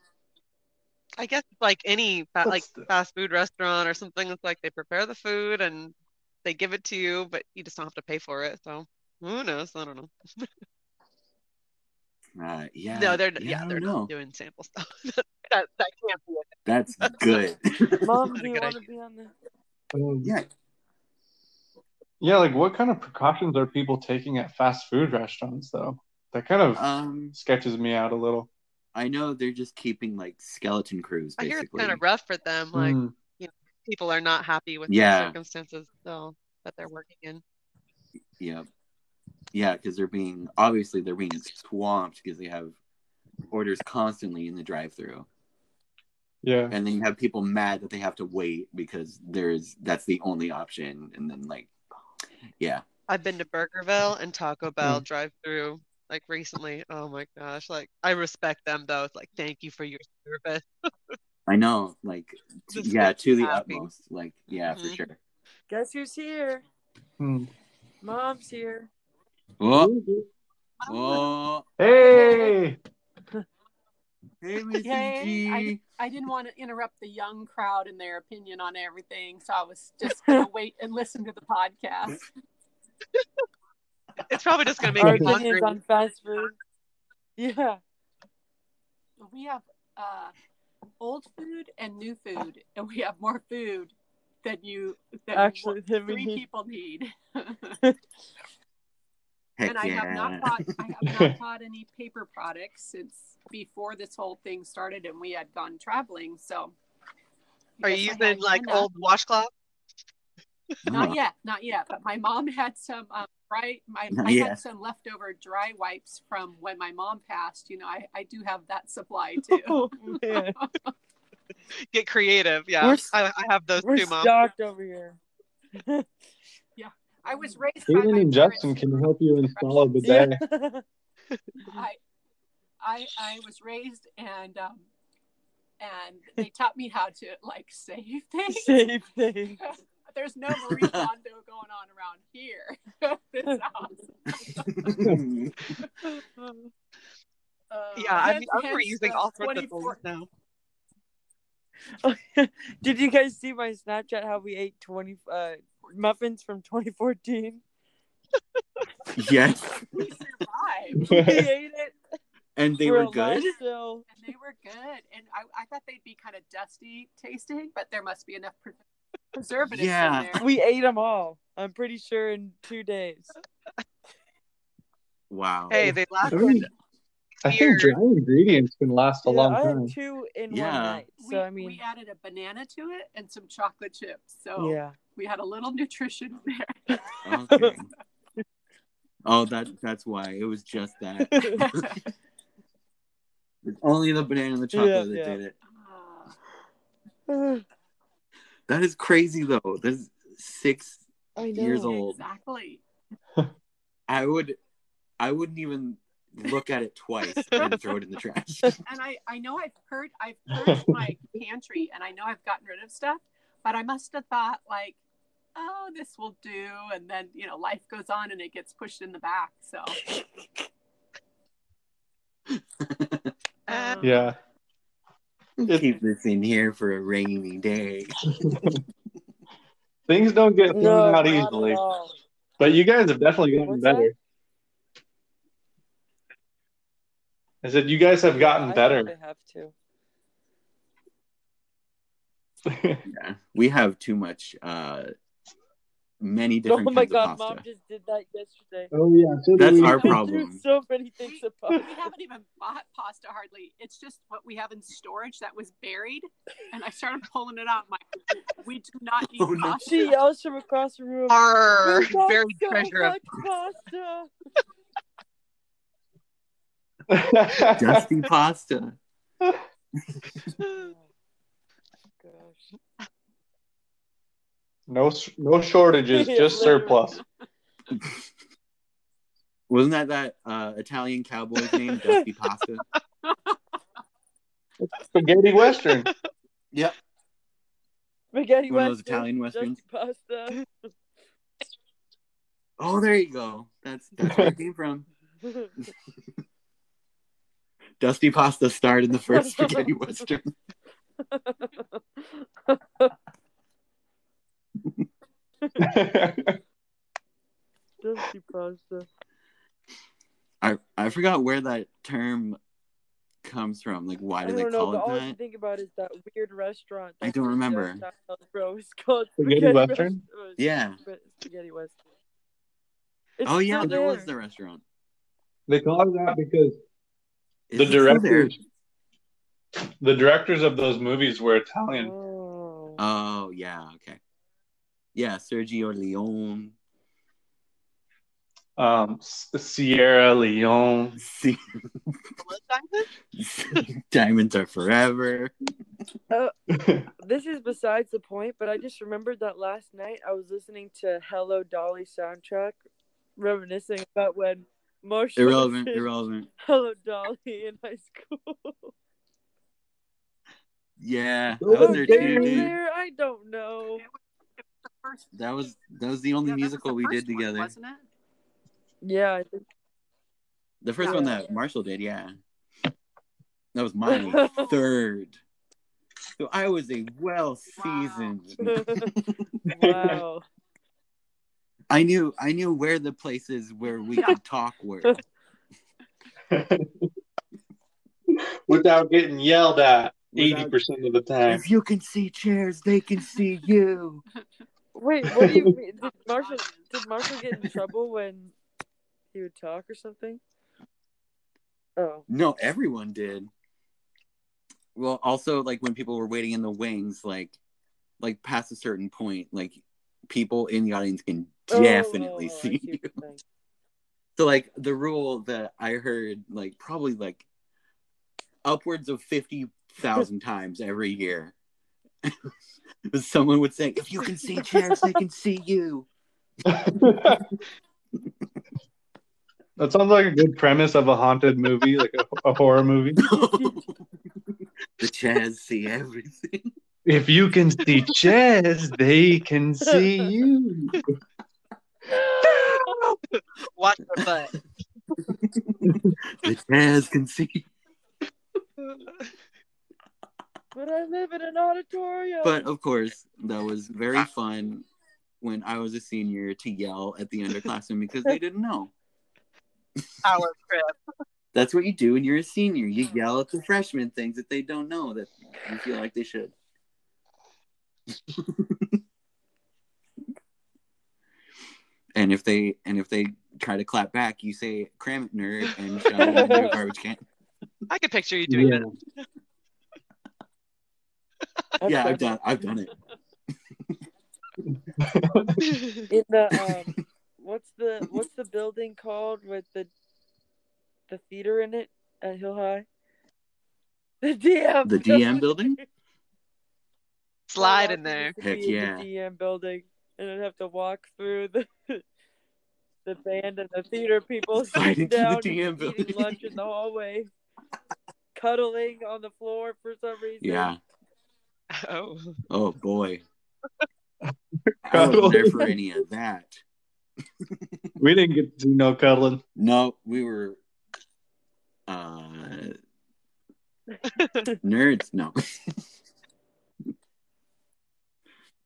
I guess like any fa- like That's the- fast food restaurant or something, it's like they prepare the food and they give it to you, but you just don't have to pay for it. So who knows? I don't know. Uh, yeah. No, they're yeah, yeah, I don't they're know. not doing sample stuff. that that can't be it. That's good. mom, Not a do you good want to be on the? Um, yeah. yeah, like what kind of precautions are people taking at fast food restaurants though? That kind of Uh, Um, sketches me out a little. I know they're just keeping like skeleton crews I hear it's basically. kind of rough for them. Like Mm. people are not happy with the Yeah. circumstances so, that they're working in. Yep. Yeah, because they're being obviously they're being swamped because they have orders constantly in the drive-through, Yeah. and then you have people mad that they have to wait because there's that's the only option, and then like, yeah, I've been to Burgerville and Mm. Taco Bell drive through like recently. Oh my gosh. Like I respect them though. It's like thank you for your service. I know, like, t- This yeah, makes to me the happy. utmost, like, yeah, for Mm-hmm. Mhm. sure. Guess who's here? Hmm. Mom's here. Oh, oh, Hey! hey, Missy Yay, G. I didn't want to interrupt the young crowd and their opinion on everything, so I was just going to wait and listen to the podcast. It's probably just gonna make Our me opinions hungry. on fast food. Yeah. We have uh, old food and new food, and we have more food than you than Actually, mo- then we three need- people need. Heck and I have yeah. not bought I have not bought any paper products since before this whole thing started, and we had gone traveling. So, Are Yes, I you had using like enough. old washcloth? Not Huh. yet, not yet. But my mom had some um, dry. My, Not I yet. had some leftover dry wipes from when my mom passed. You know, I, I do have that supply too. Oh man. Get creative. Yeah. We're s- I, I have those We're too, mom. stocked over here. I was raised by Caitlin my and Justin parents. can help you install a Yeah. bidet. I, I I was raised and um, and they taught me how to like save things. Save things. There's no Marie Kondo going on around here. This house. Uh, Yeah, I hence- mean, I'm hence reusing the all sorts of 24 things now. Did you guys see my Snapchat how we ate 20 uh, muffins from 2014? yes, We survived. we ate it. and they We're were good. alive Still. and they were good. And I, I thought they'd be kind of dusty tasting, but there must be enough pre- preservatives Yeah. in there. We ate them all. I'm pretty sure in two days. Wow. Hey, they I lasted. mean, I think Weird. dry ingredients can last a Yeah, long I had time. two in Yeah. one night. We, So I mean, we oh. added a banana to it and some chocolate chips. So yeah. we had a little nutrition there. Okay. Oh, that that's why it was just that. It's only the banana and the chocolate Yeah, that yeah. did it. Uh, That is crazy though. This is six I know. years old. exactly. I would, I wouldn't even look at it twice and throw it in the trash. And I, I know I've heard I've purged my pantry and I know I've gotten rid of stuff, but I must have thought like, oh, this will do. And then, you know, life goes on and it gets pushed in the back. So Uh, Yeah. Keep this in here for a rainy day. Things don't get thrown No, out not at easily. all. But you guys have definitely gotten What's better. I said you guys have I gotten think better. I have to. Yeah, we have too much. uh Many Oh different my kinds god, of pasta. mom just did that yesterday. oh yeah. So do That's we. our I problem. do so many things about. we haven't even bought pasta hardly. It's just what we have in storage that was buried. And I started pulling it out. My, we do not eat Oh, no. pasta. She yells from across the room. Our "We got buried so treasure of much pasta. Dusty pasta. Oh, gosh. no no shortages, just Literally. surplus. Wasn't that that uh, Italian cowboy's name, Dusty Pasta? Spaghetti Western. Yep. Spaghetti One of those Western, Italian westerns. dusty pasta. Oh, there you go. That's that's where it came from. Dusty Pasta starred in the first spaghetti western. dusty pasta. I I forgot where that term comes from. Like, why I do they don't know, call but all I can it that? think about is that weird restaurant. I that's don't in remember. downtown, Bro, it's called Spaghetti Spaghetti Western? Western. Yeah. But Spaghetti Western. It's oh yeah, still there was the there. restaurant. they call it that because Is the it still there? directors, the directors of those movies were Italian. Oh. Oh yeah, okay. Yeah, Sergio Leone. um, S- Sierra Leone. See, Blood diamond? diamonds are forever. This is besides the point, but I just remembered that last night I was listening to Hello Dolly soundtrack, reminiscing about when Marshall Irrelevant, did irrelevant. Hello Dolly in high school. Yeah, I Oh, was there Jerry too, was dude. there. I don't know. The first- That was that was the only yeah, that was musical the we first did one, together. wasn't it? Yeah, I think The first Yeah. one that Marshall did, yeah. That was my third. So I was a well seasoned. wow. I knew I knew where the places where we could talk were. Without getting yelled at Without- eighty percent of the time. If you can see chairs, they can see you. Wait, what do you mean? Did Marshall did Marshall get in trouble when he would talk or something? Oh. No, everyone did. Well, also like when people were waiting in the wings, like like past a certain point, like people in the audience can Oh, definitely oh, oh, I see you. what you're saying. So like the rule that I heard like probably like upwards of fifty thousand times every year. was Someone would say, "If you can see chairs, they can see you." that sounds like a good premise of a haunted movie, like a, a horror movie. the chairs see everything. If you can see chairs, they can see you. Watch your butt. The chairs can see. But I live in an auditorium. But of course, that was very fun when I was a senior to yell at the underclassmen because they didn't know. Power trip. That's what you do when you're a senior. You yell at the freshmen things that they don't know that you feel like they should. and if they and if they try to clap back, you say "cram it, nerd" and shove them into a garbage can. I could picture you doing Yeah. that. That's yeah, I've like done. I've done it. in the um, what's the what's the building called with the the theater in it at Hill High? The DM. The DM building? Slide in there. Used to Heck be in yeah. The DM building, and I'd have to walk through the the band and the theater people Slide sitting into the down, DM eating building. lunch in the hallway, cuddling on the floor for some reason. Yeah. Oh. Oh boy. I wasn't there for any of that. We didn't get to do no cuddling. No, we were uh nerds. No.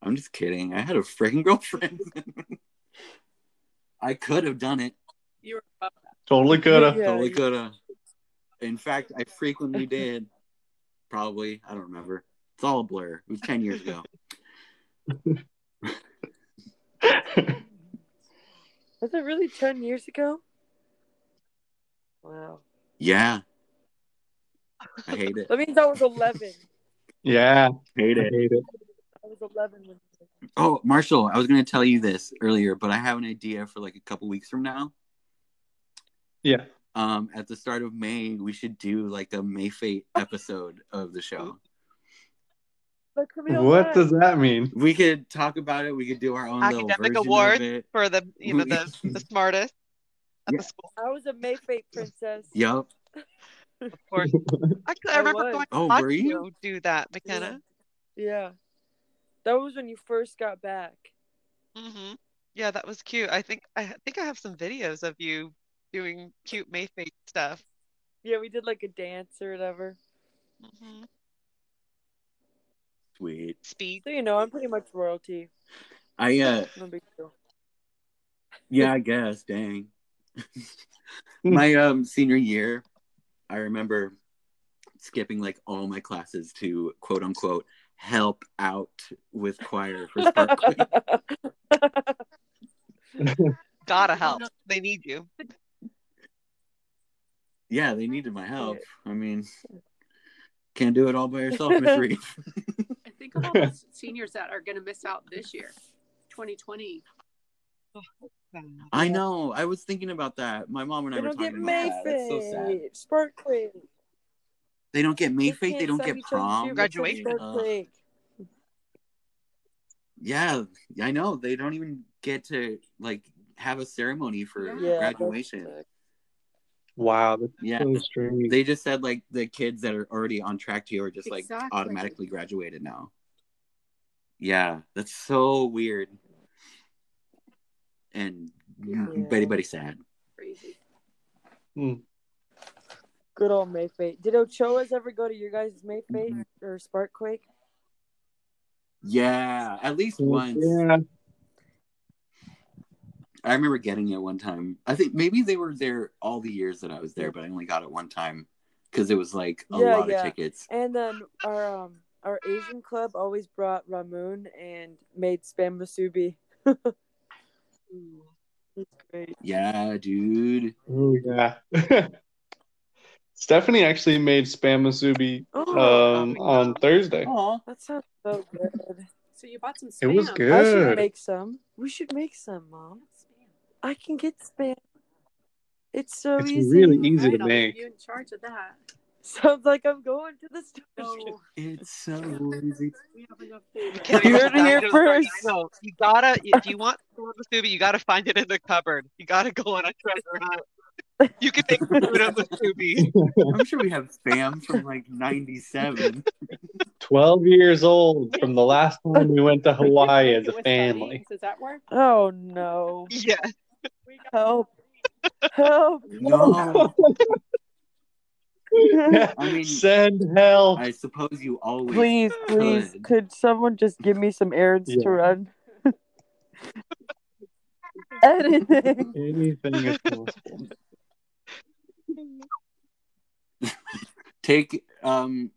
I'm just kidding. I had a freaking girlfriend. I could have done it. You were above that. Totally could have. Yeah, totally you- could have. In fact, I frequently did. Probably. I don't remember. It's all a blur. It was 10 years ago. Was it really ten years ago? Wow. Yeah. I hate it. That means I was eleven. Yeah. Hate I hate it. I was eleven when. Oh, Marshall, I was going to tell you this earlier, but I have an idea for like a couple weeks from now. Yeah. Um, at the start of May, we should do like a Mayfate episode of the show. The criminal What mind. does that mean? We could talk about it. We could do our own little Academic version awards. of it. For the you know the, the smartest at Yeah. the school. I was a Mayfate princess. Yep. Of course. Actually, I, I remember was. going to Oh, watch were you? do that, McKenna. Yeah. Yeah. That was when you first got back. hmm Yeah, that was cute. I think I ha- think I have some videos of you doing cute Mayfate stuff. Yeah, we did like a dance or whatever. hmm Sweet. Speed. So you know, I'm pretty much royalty. I uh No big deal. yeah, I guess. Dang. my um senior year, I remember skipping like all my classes to quote unquote help out with choir for Spark Queen. Gotta help. They need you. Yeah, they needed my help. Shit. I mean, can't do it all by yourself, Miss Reed. I think all those seniors that are going to miss out this year, 2020. I know. I was thinking about that. My mom and I were don't talking get about that. Mayfate. That's so sad. Spark Quake. They don't get You Mayfate. They can't don't stop get each other's prom. Uh, shoes, but it's a graduation. Spark Ugh. Quake. Yeah, I know. They don't even get to like have a ceremony for Yeah, Yeah, that's graduation. sick. Wow, that's Yeah. so strange. They just said like the kids that are already on track to you are just like Exactly. automatically graduated now. Yeah, that's so weird. And Yeah. very, very sad. Crazy. Good old Mayfate. Did Ochoa's ever go to your guys' Mayfate Mm-hmm. or Spark Quake? Yeah, at least once. Yeah, I remember getting it one time. I think maybe they were there all the years that I was there, but I only got it one time because it was like a Yeah, lot yeah. of tickets. And then our um our Asian club always brought Ramun and made spam musubi. It's great. Yeah, dude. oh yeah. Stephanie actually made spam masubi Oh, um, my God. on Thursday. Aw. that sounds so good. So you bought some spam. It was good. I should make some. We should make some, mom. I can get spam. It's so It's easy. really easy to I'll leave make. you in charge of that. Sounds like I'm going to the store. No, It's so easy. we have enough food. Can You we heard it here just like, I first. know. You gotta, if you want to Masubi, you gotta find it in the cupboard. You gotta go on a treasure hunt. You can make food of Masubi. I'm sure we have spam from like 97. 12 years old from the last time we went to Hawaii as a family. Does that work? Oh no. Yeah. We got Help. Help. No, I mean- Send help. I suppose you always. Please, please, could. could someone just give me some errands Yeah. to run? Anything. Anything is possible. Take um,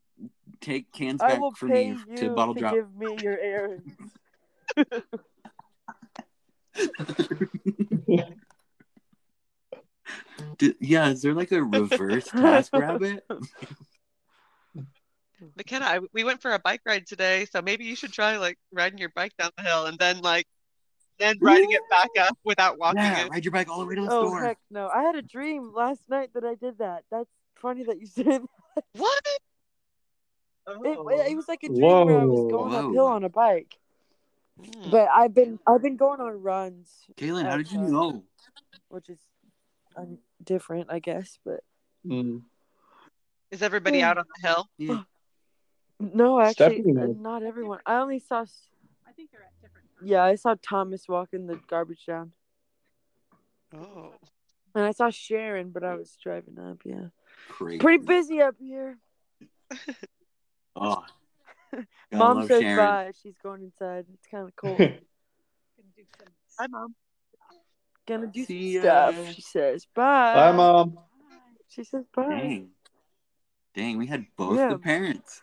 take cans I back will from pay me you to bottle to drop. give me your errands. D- yeah, is there like a reverse task rabbit? McKenna, I, we went for a bike ride today, so maybe you should try like riding your bike down the hill and then like then riding it back up without walking Yeah, it. ride your bike all the way to the Oh store. heck no! I had a dream last night that I did that. That's funny that you said that. What? It, Oh. it was like a dream where I was Whoa. going Whoa. uphill on a bike. Hmm. But I've been I've been going on runs, Kaylin, how did you Okay. know? which is um, different, I guess. But Mm. Is everybody Hmm. out on the hill? Yeah. no, actually, Stephanie uh, knows. not everyone. I only saw. s- I think they're at different times. Yeah, I saw Thomas walking the garbage down, Oh. and I saw Sharon, but I was driving up. Yeah, Crazy. pretty busy up here. Oh. Gotta Mom love says Sharon. bye. She's going inside. It's kind of cool. Can do some Hi, mom. Gonna do some See ya. stuff. She says bye. Bye, Mom. She says bye. Dang. Dang, we had both Yeah. the parents.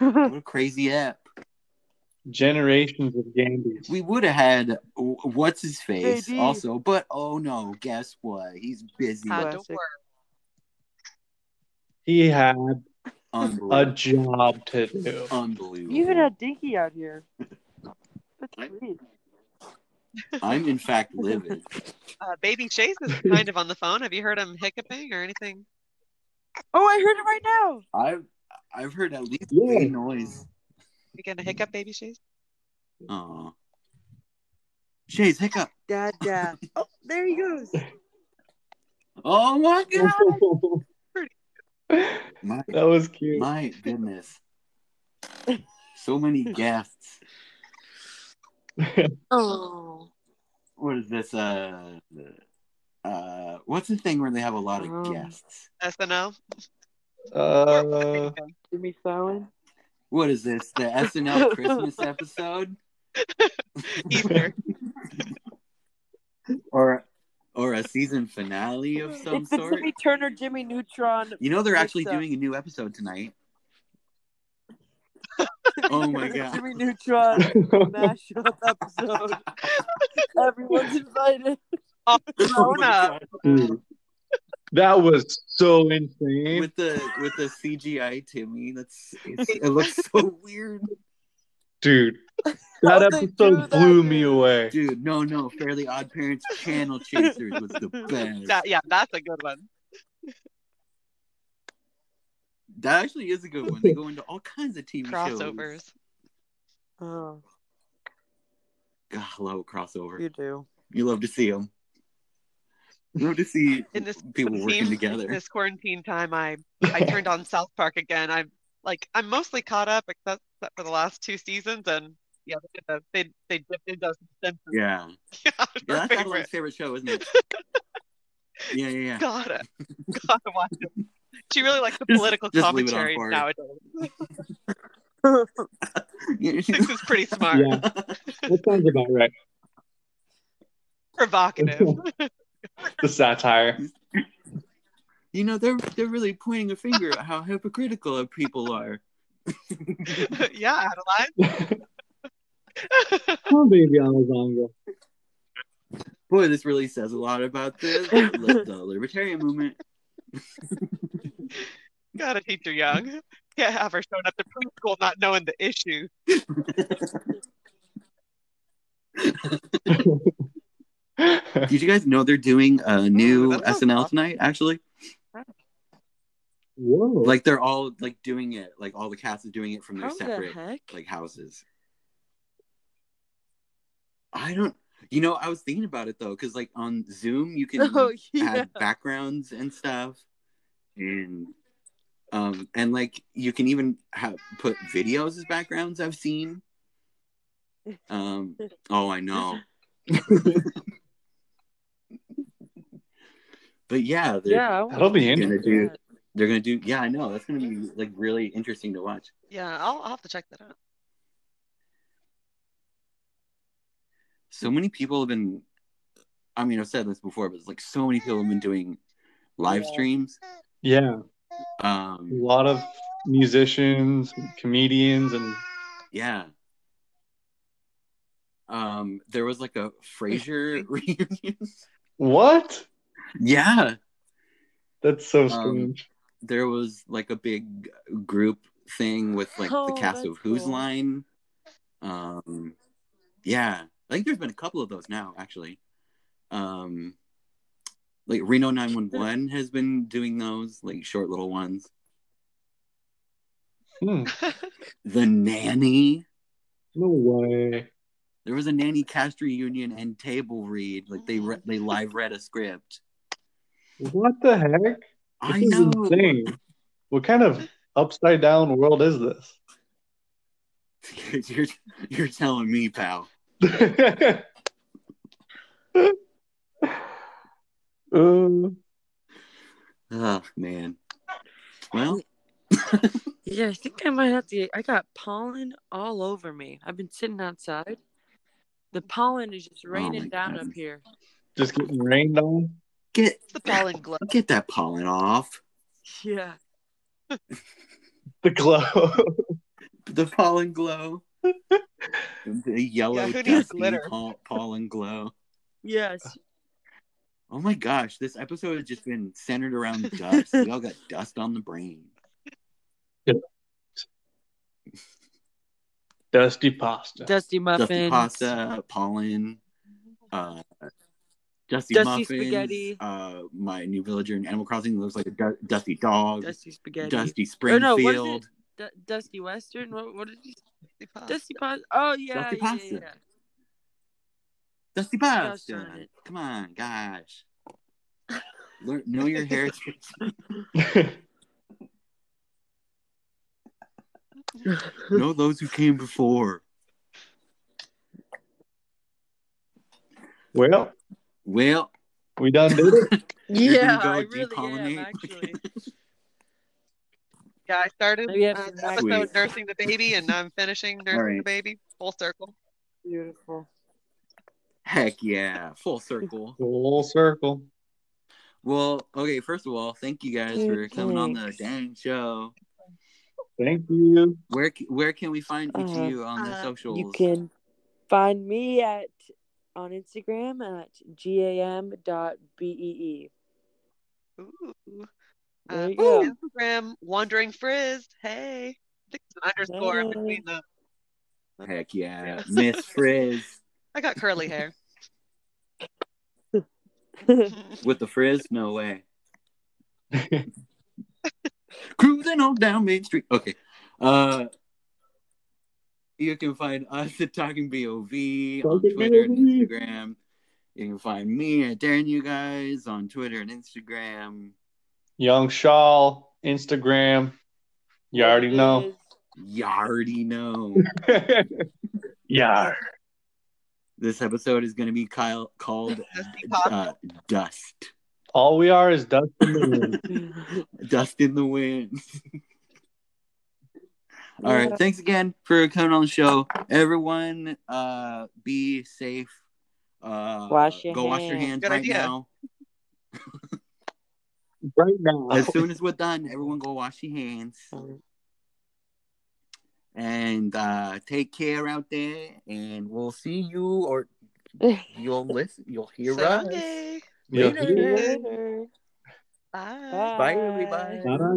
What a crazy app. Generations of Gambies. We would have had w- what's his face JD. also, but oh no, guess what? He's busy. Had to Classic. work. He had a Unbelievable. job to do. Unbelievable. you even had Dinky out here. That's What? sweet. I'm in fact livid. Uh, baby Chase is kind of on the phone. Have you heard him hiccuping or anything? Oh, I heard it right now. I've I've heard at least Yeah. three noise. You gonna hiccup, baby Chase? Oh. Shays, hiccup. Dad, dad. oh, there he goes. Oh my god. My that was cute. my goodness. So many guests. Oh. What is this? Uh uh what's the thing where they have a lot of Um, guests? SNL? Uh, Jimmy Fallon. What is this? The SNL Christmas episode? Either. Or or a season finale of some it's the sort? Timmy Turner, Jimmy Neutron. You know they're Mix actually up. doing a new episode tonight. Oh my god. Jimmy Neutron mashup episode. Everyone's invited. Oh Grown my up. dude, that was so insane. with the with the CGI Timmy. That's it's, it looks so weird. dude. That How'd they do episode that, blew me dude? away. Dude, no, no. Fairly Odd Parents Channel Chasers was the best. That- yeah, that's a good one. That actually is a good one. They go into all kinds of TV Crossovers. shows. Oh, God, I love a crossover. you do. You love to see them. You love to see In this people working quarantine- together. In this quarantine time, I I turned on South Park again. I'm like I'm mostly caught up except, except for the last two seasons, and yeah, they did a, they they dipped into some Simpsons. Yeah. yeah Yeah, our that's Adeline's favorite favorite. show, isn't it? yeah, yeah, yeah. Gotta gotta watch it. She really likes the Just- political just leave it on commentary for her. nowadays. yeah, This is pretty smart, Yeah, that sounds about right. provocative. The satire. You know, they're they're really pointing a finger at how hypocritical people are. yeah, Adeline. Oh, baby, Alexandra. Boy, this really says a lot about the, the, the libertarian movement. Gotta teach her young. Can't have her showing up to preschool not knowing the issue. Did you guys know they're doing a new Mm, that sounds SNL awesome. tonight? Actually, Whoa. like they're all like doing it. Like all the cast is doing it from their How the separate heck? like houses. I don't. You know, I was thinking about it though, because like on Zoom you can Oh, like, yeah. add backgrounds and stuff, and um and like you can even have put videos as backgrounds. I've seen. Um. Oh, I know. but yeah, they're, Yeah, I That'll be gonna interesting. do. They're gonna do. Yeah, I know. That's gonna be like really interesting to watch. Yeah, I'll, I'll have to check that out. so many people have been i mean i've said this before but it's like so many people have been doing live Yeah. streams Yeah, a um lot of musicians, comedians, and yeah um there was like a frasier reunion what? yeah That's so Um, strange. there was like a big group thing with like Oh, the cast of that's who's cool. line um yeah i think there's been a couple of those now actually um like reno 911 has been doing those like short little ones Hmm, the nanny no way. there was a nanny cast reunion and table read like they re- they live read a script What the heck? This i is know insane. What kind of upside down world is this? you're, you're telling me pal Uh, oh man well Yeah, I think I might have to. I got pollen all over me. I've been sitting outside. The pollen is just raining Oh my down God. up here. just getting rained on. get It's the pollen glow. get that pollen off Yeah. The glow. the pollen glow the yellow Yeah, who needs dusty glitter? pol- pollen glow Yes. Uh, oh my gosh this episode has just been centered around dust we all got dust on the brain Dusty pasta. Dusty muffins. dusty pasta pollen uh, Dusty, Dusty muffins, spaghetti. Uh, my new villager in Animal Crossing looks like a du- dusty dog. Dusty spaghetti. Dusty Or no, Springfield. what is it? Du- Dusty Western. What, what did you? Dusty pasta. Oh yeah, Dusty yeah, pasta. yeah. Dusty Dust Boston. on it. Come on, gosh. Learn, know your heritage. know those who came before. well, Well, we done did it. You're gonna Yeah, go I really am depollinate? actually. Yeah, I started Maybe I uh, have the some episode Sweet. nursing the baby, and I'm finishing nursing the Alright. baby. Full circle. Beautiful. heck yeah, full circle. Full circle. Well, okay, first of all, thank you guys for coming on the Thanks. dang show. Thank you. Where c- where can we find each Uh, of you on the uh, socials? You can find me at on Instagram at gam.bee. Ooh. There Uh, you go. Instagram, Wandering Frizzed. Hey. I think it's an underscore in Hey. between the Heck yeah. Yes. Miss Frizz I got curly hair. with the frizz? No way. Cruising on down Main Street. Okay. Uh you can find us at Talking BOV on Talking Twitter and BOV. Instagram. You can find me at Darren You Guys on Twitter and Instagram. Young Shaw, Instagram. You already know. You already know. yeah. this episode is going to be Kyle, called Dusty Pop. uh, Dust. All we are is dust in the wind. Dust in the wind. All right. Thanks again for coming on the show. Everyone, uh, be safe. Uh, Wash your go wash your hands. hands Good right idea. now. right now. As soon as we're done, everyone go wash your hands. Um, And uh, take care out there. And we'll see you, or you'll listen, you'll hear So us. long day. Yeah. Later. Bye. Bye, everybody. Bye.